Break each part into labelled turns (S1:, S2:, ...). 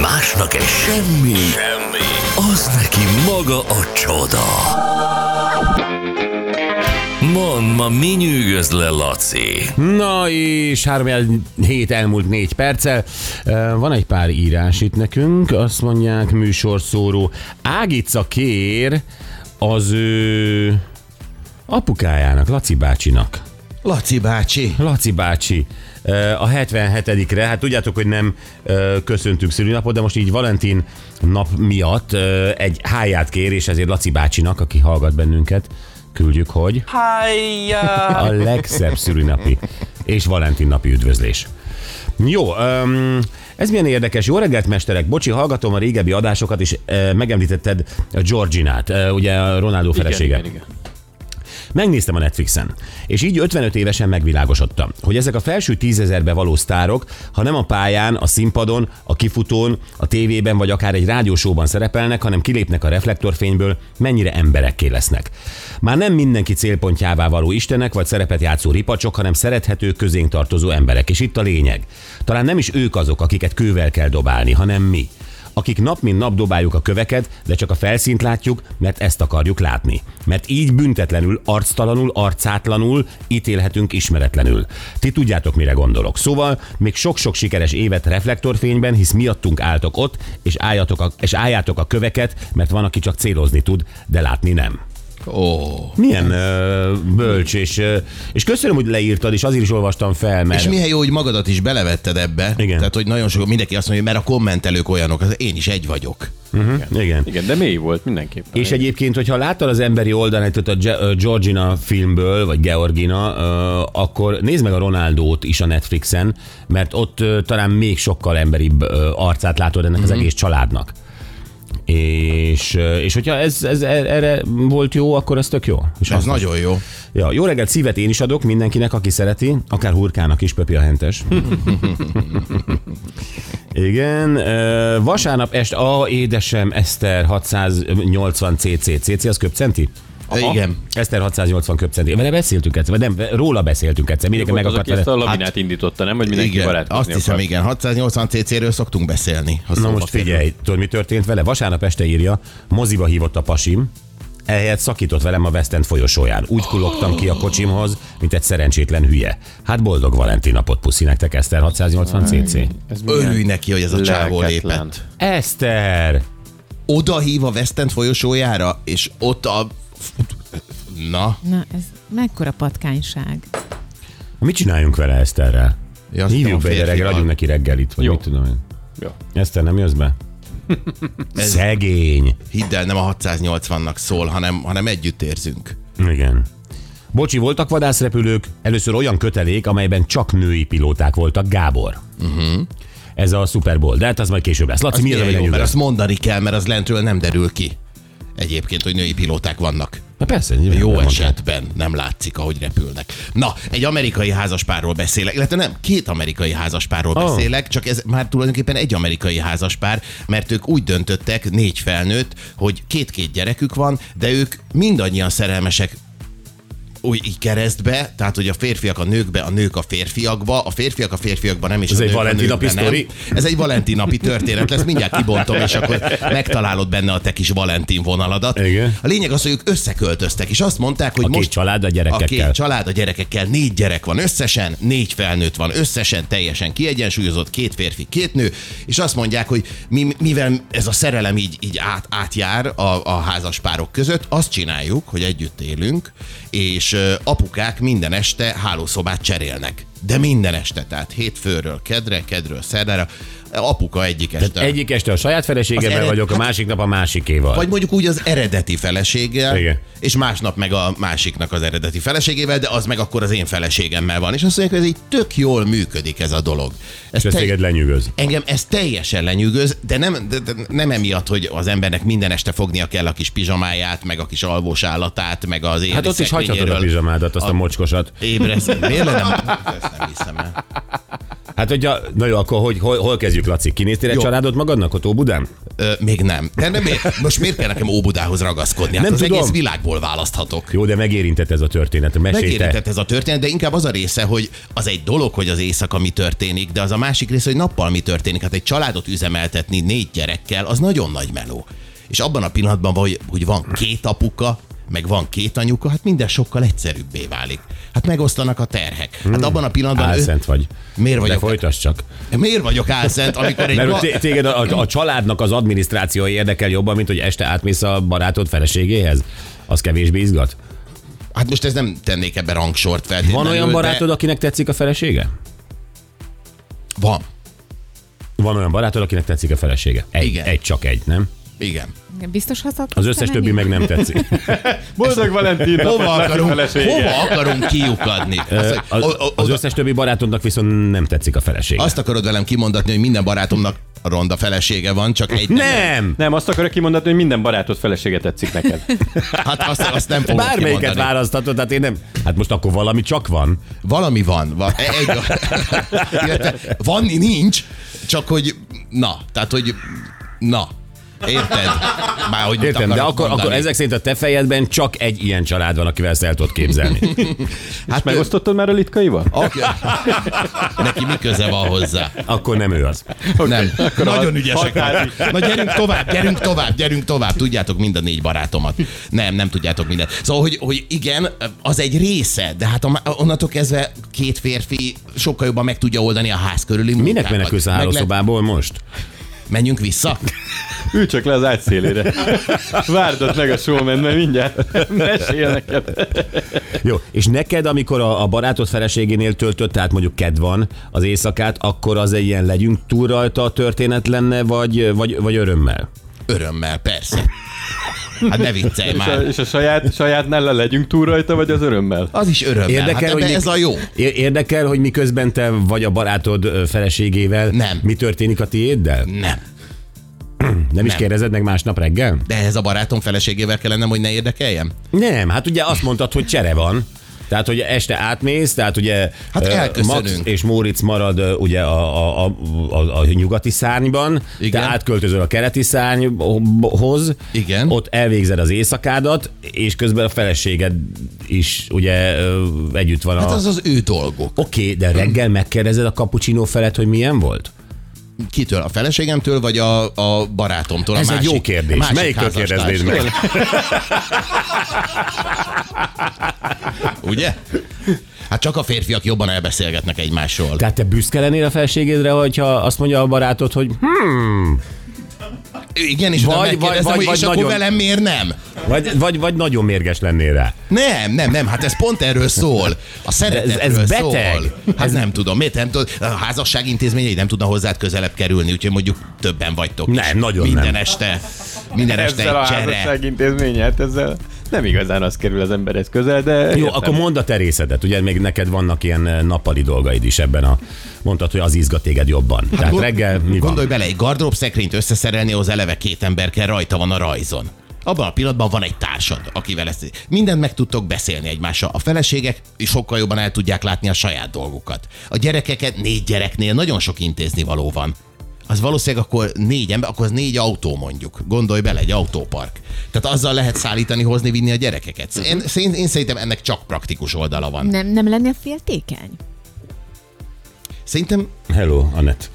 S1: másnak egy semmi, semmi, az neki maga a csoda. Mond, ma mi nyűgöz le, Laci?
S2: Na és 3 hét elmúlt 4 perccel. Ö, Van egy pár írás itt nekünk, azt mondják műsorszóró. Ágica kér az ő apukájának, Laci bácsinak.
S3: Laci bácsi.
S2: Laci bácsi, ö, a 77-re, hát tudjátok, hogy nem ö, köszöntünk szülőnapot, de most így Valentin nap miatt ö, egy háját kér, és ezért Laci bácsinak, aki hallgat bennünket, küldjük, hogy
S4: Hájjá!
S2: a legszebb szülinapi és Valentin napi üdvözlés. Jó, öm, ez milyen érdekes. Jó reggelt, mesterek! Bocsi, hallgatom a régebbi adásokat, és ö, megemlítetted a Georginát, ö, ugye a Ronaldo felesége.
S4: Igen, igen, igen.
S2: Megnéztem a Netflixen, és így 55 évesen megvilágosodtam, hogy ezek a felső tízezerbe való sztárok, ha nem a pályán, a színpadon, a kifutón, a tévében vagy akár egy rádiósóban szerepelnek, hanem kilépnek a reflektorfényből, mennyire emberekké lesznek. Már nem mindenki célpontjává való istenek vagy szerepet játszó ripacsok, hanem szerethető, közénk tartozó emberek. És itt a lényeg. Talán nem is ők azok, akiket kővel kell dobálni, hanem mi akik nap mint nap dobáljuk a köveket, de csak a felszínt látjuk, mert ezt akarjuk látni. Mert így büntetlenül, arctalanul, arcátlanul ítélhetünk ismeretlenül. Ti tudjátok, mire gondolok. Szóval még sok-sok sikeres évet reflektorfényben, hisz miattunk álltok ott, és, álljatok a, és álljátok a köveket, mert van, aki csak célozni tud, de látni nem.
S3: Ó.
S2: Milyen ö, bölcs, és, ö, és köszönöm, hogy leírtad, és azért is olvastam fel, mert...
S3: És milyen jó, hogy magadat is belevetted ebbe.
S2: Igen.
S3: Tehát, hogy nagyon sok mindenki azt mondja, hogy mert a kommentelők olyanok, az én is egy vagyok.
S2: Mhm, igen.
S4: Igen, de mély volt mindenképpen.
S2: És egyébként, hogyha láttad az emberi oldalát a Ge- ö, Georgina filmből, vagy Georgina, ö, akkor nézd meg a Ronaldót is a Netflixen, mert ott ö, talán még sokkal emberibb ö, arcát látod ennek az egész családnak. És, ö, és hogyha ez, ez er- erre volt jó, akkor ez tök jó. És
S3: Az nagyon jó.
S2: Ja, jó reggelt, szívet én is adok mindenkinek, aki szereti, akár hurkának is, Pöpi a hentes. Igen, ö, vasárnap est, a édesem Eszter 680 cc, cc az köpcenti?
S3: Igen.
S2: Eszter 680 köpcenti. Vele beszéltünk egyszer, vagy nem, róla beszéltünk egyszer, mindenki meg
S4: meg az,
S2: akart
S4: aki ezt a
S2: vele.
S4: labinát hát, indította, nem? Hogy mindenki
S3: Igen,
S4: barátkozni
S3: azt hiszem,
S4: akar.
S3: igen. 680 cc-ről szoktunk beszélni. ha
S2: Na
S4: szóval
S3: szóba
S2: most
S3: kerül.
S2: figyelj, tudod mi történt vele? Vasárnap este írja, moziba hívott a pasim, ehelyett szakított velem a West End folyosóján. Úgy kulogtam ki a kocsimhoz, mint egy szerencsétlen hülye. Hát boldog Valentin napot puszi nektek, Eszter 680 cc.
S4: Ez
S3: Örülj neki, hogy ez a csávó
S4: lelketlen.
S3: lépett.
S2: Eszter!
S3: Oda hív a West End folyosójára, és ott a... Na,
S5: Na, ez mekkora patkányság.
S2: Mit csináljunk vele Eszterrel?
S3: Ja, azt
S2: Hívjuk
S3: hittem,
S2: be
S3: a
S2: ide reggel,
S3: férfival.
S2: adjunk neki reggelit, vagy
S4: Jó.
S2: mit tudom én.
S4: Jó.
S2: Eszter, nem jössz be?
S3: Ez-
S2: Szegény!
S3: hidd el, nem a 680-nak szól, hanem, hanem együtt érzünk.
S2: Igen. Bocsi, voltak vadászrepülők, először olyan kötelék, amelyben csak női pilóták voltak, Gábor. Uh-huh. Ez a Super Bowl, de hát az majd később lesz. Laci,
S3: Mhm. Az
S2: mi az a
S3: milyen jó, mert
S2: legnagyobb?
S3: azt mondani kell, mert az lentről nem derül ki. Egyébként, hogy női pilóták vannak.
S2: Na persze,
S3: Jó
S2: nyilván elmondták.
S3: esetben nem látszik, ahogy repülnek. Na, egy amerikai házaspárról beszélek, illetve nem, két amerikai házaspárról
S2: Oh.
S3: oh. beszélek, csak ez már tulajdonképpen egy amerikai házaspár, mert ők úgy döntöttek, négy felnőtt, hogy két-két gyerekük van, de ők mindannyian szerelmesek új így keresztbe, tehát hogy a férfiak a nőkbe, a nők a férfiakba, a férfiak a férfiakba nem is
S2: Ez
S3: a
S2: egy
S3: nők a
S2: Valentin
S3: nőkbe
S2: napi
S3: nem.
S2: sztori?
S3: Ez egy Valentin napi történet lesz, mindjárt kibontom, és akkor megtalálod benne a te kis Valentin vonaladat.
S2: Igen.
S3: A lényeg az, hogy ők összeköltöztek, és azt mondták, hogy
S2: A két
S3: most
S2: család a
S3: a
S2: gyerekekkel.
S3: két család a gyerekekkel, négy gyerek van összesen, négy felnőtt van összesen, teljesen kiegyensúlyozott, két férfi, két nő, és azt mondják, hogy mi, mivel ez a szerelem így, így át, átjár a, a házas párok között, azt csináljuk, hogy együtt élünk, és ö, apukák minden este hálószobát cserélnek. De minden este, tehát hétfőről kedre, kedről szerdára, apuka egyik este.
S2: Tehát egyik este a saját feleségemmel
S3: Az ered-
S2: vagyok, a másik nap a másikéval.
S3: hát- Vagy mondjuk úgy az eredeti feleséggel,
S2: Igen.
S3: és másnap meg a másiknak az eredeti feleségével, de az meg akkor az én feleségemmel van. És azt mondják, hogy ez így tök jól működik ez a dolog. Ez
S2: és ez
S3: te- Hát
S2: téged lenyűgöz.
S3: Engem ez teljesen lenyűgöz, de nem, de, de nem emiatt, hogy az embernek minden este fognia kell a kis pizsamáját, meg a kis alvós állatát, meg az
S2: Hát ott is hagyhatod a pizsamádat, azt a,
S3: a-
S2: mocskosat.
S3: Ébreszem. Miért le nem? Ezt nem hiszem el.
S2: Hát Hát, hogyha, na jó, akkor hogy, hol, hol kezdjük, Laci? Kinéztél egy
S3: Jó.
S2: családot magadnak ott Óbudán?
S3: Ö, még nem. De nem miért, most miért kell nekem Óbudához ragaszkodni? Hát
S2: Nem
S3: nem az
S2: tudom.
S3: tudom. egész világból választhatok.
S2: Jó, de megérintett ez a történet. Mesélj te.
S3: Megérintett ez a történet, de inkább az a része, hogy az egy dolog, hogy az éjszaka mi történik, de az a másik része, hogy nappal mi történik. Hát egy családot üzemeltetni négy gyerekkel, az nagyon nagy meló. És abban a pillanatban, hogy, hogy van két apuka, meg van két anyuka, hát minden sokkal egyszerűbbé válik. Hát megosztanak a terhek. Hát abban a pillanatban... ő-
S2: Álszent vagy.
S3: Miért
S2: Hmm. De
S3: vagyok?
S2: folytasd csak.
S3: Miért vagyok álszent, amikor egy...
S2: Mert
S3: ma-
S2: hogy té- téged a, a, a családnak az adminisztrációja érdekel jobban, mint hogy este átmész a barátod feleségéhez. Az kevésbé izgat.
S3: Hát most ez nem tennék ebbe rangsort feltétlenül.
S2: Van olyan
S3: de-
S2: barátod, akinek tetszik a felesége?
S3: Van.
S2: Van olyan barátod, akinek tetszik a felesége? Egy,
S3: Igen.
S2: egy csak egy, nem?
S3: Igen.
S5: Biztos hazat?
S2: Az összes többi meg nem tetszik.
S4: Boldog Valentin!
S3: Hova akarunk, hova akarunk kiukadni? Azt,
S2: Az,
S3: o- o-
S2: az
S3: oda-
S2: összes többi barátodnak viszont nem tetszik a felesége.
S3: azt akarod velem kimondatni, hogy minden barátomnak ronda felesége van, csak egy
S2: nem!
S4: Nem, azt akarok kimondani, hogy minden barátod felesége tetszik neked.
S3: Hát azt, azt nem fogom
S2: Bármelyiket
S3: kimondani.
S2: választhatod, hát én nem. Hát most akkor valami csak van.
S3: Valami van. van egy, Illetve van, nincs, csak hogy na, tehát hogy na. Érted? Már hogy mit
S2: Értem, de
S3: akarok
S2: akkor,
S3: mondani.
S2: akkor ezek szerint a te fejedben csak egy ilyen család van, akivel ezt el tudod képzelni.
S3: hát meg
S4: Megosztottad már a litkaival?
S3: Neki mi köze van hozzá?
S2: Akkor nem ő az.
S3: Nem. Nagyon ügyesek
S4: határig.
S3: vagytok. Na gyerünk tovább, gyerünk tovább, gyerünk tovább. Tudjátok mind a négy barátomat. Nem, nem tudjátok mindent. Szóval, hogy, hogy igen, az egy része, de hát a, onnantól kezdve két férfi sokkal jobban meg tudja oldani a ház körüli
S2: Minek menekülsz a
S3: Hát Meg lehet-
S2: hálószobából most?
S3: Menjünk vissza.
S4: Ülj csak le az ágy szélére. Várd ott meg a showman, mert mindjárt mesél neked.
S2: Jó, és neked, amikor a, a barátod feleségénél töltött, tehát mondjuk kedv van az éjszakát, akkor az egy ilyen legyünk túl rajta a történet lenne, vagy, vagy, vagy örömmel?
S3: Örömmel, persze. Hát ne viccelj
S4: És a,
S3: már.
S4: és a saját, sajátnál le legyünk túl rajta, vagy az örömmel?
S3: Az is örömmel.
S2: Érdekel,
S3: hát ebben
S2: hogy mik-
S3: ez a jó.
S2: É- Érdekel, hogy miközben te vagy a barátod ö, feleségével,
S3: Nem.
S2: mi történik a tiéddel? Nem,
S3: Nem.
S2: nem is
S3: nem.
S2: kérdezed meg másnap reggel?
S3: De ez a barátom feleségével kell lennem, hogy ne érdekeljem?
S2: Nem, hát ugye azt mondtad, hogy csere van. Tehát, hogy este átmész, tehát ugye
S3: Hát
S2: ö,
S3: elköszönünk.
S2: Max és Móricz marad ö, ugye a, a, a, a, a nyugati szárnyban,
S3: Igen.
S2: te átköltözöl a keleti szárnyhoz,
S3: Igen.
S2: ott elvégzed az éjszakádat, és közben a feleséged is ugye ö, együtt van
S3: Hát
S2: a...
S3: az az ő dolgok.
S2: Oké, okay, de reggel megkérdezed a kapucsinó felett, hogy milyen volt?
S3: Kitől? A feleségemtől, vagy a, a barátomtól?
S2: Ez
S3: a
S2: egy
S3: másik,
S2: jó kérdés.
S3: a másik
S2: Melyiktől
S3: házastárstól?
S2: kérdeznéd meg?
S3: Ugye? Hát csak a férfiak jobban elbeszélgetnek egymásról.
S2: Tehát te büszke lennél a feleségedre, hogyha azt mondja a barátod, hogy hm?
S3: Igen, és
S2: Vagy-
S3: vagy,
S2: vagy-
S3: vagy, vagy, hogy
S2: vagy
S3: és akkor
S2: nagyon-
S3: velem miért nem?
S2: vagy, vagy, vagy nagyon mérges lennél rá.
S3: Nem, nem, nem, hát ez pont erről szól. A szeretetről
S2: ez beteg.
S3: szól. Hát nem tudom, miért nem tudom. A házasság intézményei nem tudna hozzád közelebb kerülni, úgyhogy mondjuk többen vagytok. is.
S2: Nem, nagyon
S3: minden
S2: nem.
S3: este, minden este
S4: Ezzel a
S3: egy csere.
S4: házasság intézményet, ezzel nem igazán az kerül az emberhez közel, de...
S2: Jó,
S4: értem.
S2: akkor mondd a te részedet. Ugye még neked vannak ilyen eh, nappali dolgaid is ebben a... Mondtad, hogy az izgat téged jobban. Hát Tehát
S3: gond-
S2: reggel mi van?
S3: Gondolj bele, egy gardróbszekrényt összeszerelni, az eleve két ember kell, rajta van a rajzon. Abban a pillanatban van egy társad, akivel ezt mindent meg tudtok beszélni egymással. A feleségek is sokkal jobban el tudják látni a saját dolgukat. A gyerekeket négy gyereknél nagyon sok intézni való van. Az valószínűleg akkor négy ember, akkor az négy autó mondjuk. Gondolj bele, egy autópark. Tehát azzal lehet szállítani, hozni, vinni a gyerekeket. Én, én, én szerintem ennek csak praktikus oldala van.
S5: Nem, nem lennél féltékeny?
S3: Szerintem
S2: Hello, Anett.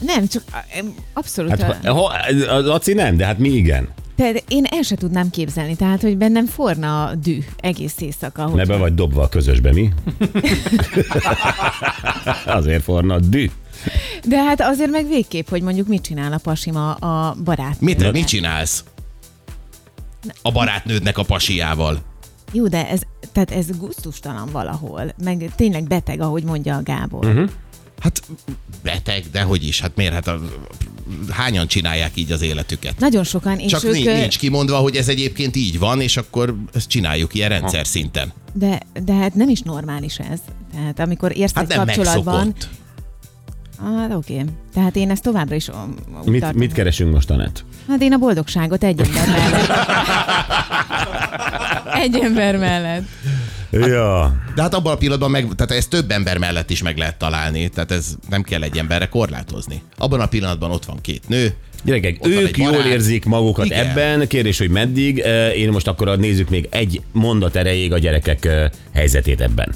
S5: Nem, csak a- em, abszolút.
S2: Hát,
S5: a,
S2: ha, ha, a Laci nem, de hát mi igen.
S5: te, én el se tudnám képzelni, tehát, hogy bennem forna a dű egész éjszaka. Hogy
S2: Ne be vagy dobva a közösbe, mi? Azért forna a dű.
S5: De hát azért meg végképp, hogy mondjuk mit csinál a pasim a, a barát.
S3: mit, mit csinálsz? A barátnődnek a pasiával.
S5: Jó, de ez, tehát ez gusztustalan valahol, meg tényleg beteg, ahogy mondja a Gábor.
S2: Mhm.
S5: Uh-huh.
S3: Hát beteg, de hogy is, hát miért? Hát a, hányan csinálják így az életüket?
S5: Nagyon sokan, és
S3: Csak
S5: ők,
S3: nincs,
S5: ö,
S3: nincs kimondva, hogy ez egyébként így van, és akkor ezt csináljuk ilyen rendszer szinten.
S5: De, de hát nem is normális ez. Tehát amikor érsz
S3: Hát
S5: egy
S3: nem
S5: kapcsolatban...
S3: megszokott.
S5: Hát oké. Tehát én ezt továbbra is... um, úgy
S2: Mit,
S5: tartom.
S2: mit keresünk most, Anett?
S5: Hát én a boldogságot egy ember mellett. egy ember mellett.
S2: Ja.
S3: De hát abban a pillanatban, meg, tehát ezt több ember mellett is meg lehet találni, tehát ez nem kell egy emberre korlátozni. Abban a pillanatban ott van két nő.
S4: Hát
S2: Gyerekek,
S3: Ott van
S2: ők
S3: egy
S2: jól
S3: barát.
S2: érzik magukat Igen.
S3: Igen.
S2: ebben, kérdés, hogy meddig. Eh, Én most akkor nézzük még egy mondat erejéig a gyerekek eh, helyzetét ebben.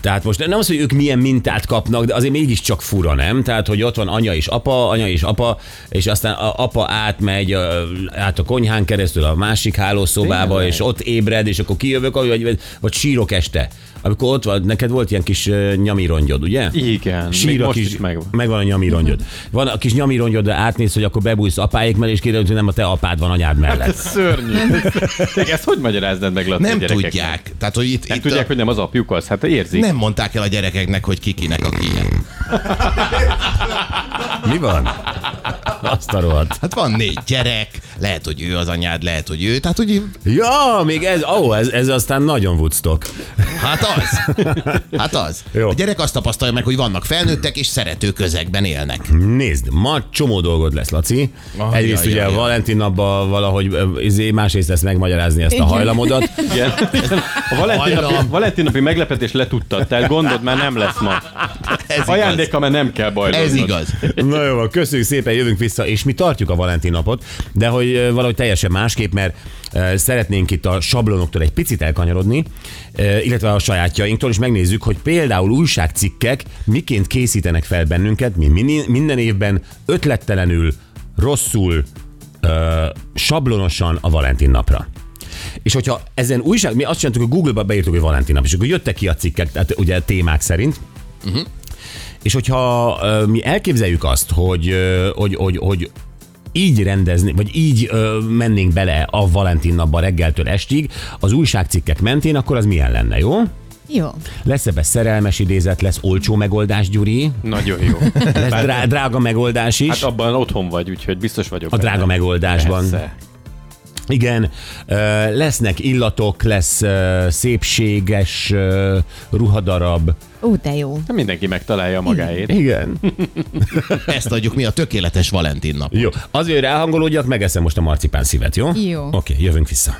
S2: Tehát most nem az, hogy ők milyen mintát kapnak, de azért mégiscsak fura, nem? Tehát, hogy ott van anya és apa, anya és apa, és aztán a apa átmegy ö, át a konyhán keresztül a másik hálószobába, Tényleg? és ott ébred, és akkor kijövök, vagy, vagy sírok este. Amikor ott van, neked volt ilyen kis ö, nyamirongyod, ugye?
S4: Igen, még
S2: Sír a
S4: most
S2: kis,
S4: is megvan.
S2: megvan a nyamirongyod. Van a kis nyamirongyod, de átnéz, hogy akkor bebújsz apáik mellé, és kiderül, hogy nem a te apád van anyád
S4: Ez
S2: mellett.
S4: szörnyű. Tényleg, ezt hogy magyaráznád meg Laci a
S3: Nem
S4: gyerekeknek?
S3: tudják. Tehát, hogy itt,
S4: Nem
S3: itt
S4: Hát tudják,
S3: a...
S4: hogy nem az apjuk az, hát érzik.
S3: nem mondták el a gyerekeknek, hogy kikinek a kinek.
S2: Mi van? Azt a rohadt.
S3: Hát van négy gyerek, lehet, hogy ő az anyád, lehet, hogy ő, tehát hogy
S2: Ja, még ez, ó, oh, ez, ez aztán nagyon Woodstock.
S3: hát az. Hát az.
S2: Jó.
S3: A gyerek azt tapasztalja meg, hogy vannak felnőttek és szerető közegben élnek.
S2: Nézd, ma csomó dolgod lesz, Laci.
S3: Ah,
S2: Egyrészt
S3: jaj,
S2: ugye
S3: jaj,
S2: a
S3: jaj.
S2: Valentin napban valahogy ö, izé, másrészt lesz megmagyarázni ezt a
S5: Igen.
S2: hajlamodat.
S4: Igen. A Valentin napi,
S3: Hajlam.
S4: Valentin napi meglepetés letudtad, tehát gondod már nem lesz ma.
S3: Ez igaz.
S4: Ajándéka már nem kell bajlódnod.
S3: Ez igaz.
S2: Na jó, van, köszönjük szépen, jövünk vissza, és mi tartjuk a Valentin napot, de hogy ö, valahogy teljesen másképp, mert ö, szeretnénk itt a sablonoktól egy picit elkanyarodni, ö, illetve a sajátjainktól, és megnézzük, hogy például újságcikkek miként készítenek fel bennünket, mi mini- minden évben ötlettelenül, rosszul, ö, sablonosan a Valentin napra. És hogyha ezen újság, mi azt csináltuk, hogy Google-ba beírtuk, hogy Valentin nap, és akkor jöttek ki a cikkek, tehát ugye témák szerint, és hogyha ö, mi elképzeljük azt, hogy, ö, hogy, hogy, hogy így rendezni, vagy így ö, mennénk bele a Valentin napba reggeltől estig, az újságcikkek mentén, akkor az milyen lenne, jó?
S5: Jó.
S2: Lesz ebbe szerelmes idézet, lesz olcsó megoldás, Gyuri,
S4: Nagyon jó.
S2: lesz drá- drága megoldás is.
S4: Hát abban otthon vagy, úgyhogy biztos vagyok.
S2: a drága megoldásban.
S4: Persze.
S2: Igen, ö, lesznek illatok, lesz ö, szépséges ö, ruhadarab.
S5: Ú, de jó.
S4: Nem Hát mindenki megtalálja magáét.
S2: Igen.
S3: Ezt adjuk mi a tökéletes Valentin nap.
S2: Jó, azért ráhangolódjak, megeszem most a marcipán szívet, jó?
S5: Jó.
S2: Oké, jövünk vissza.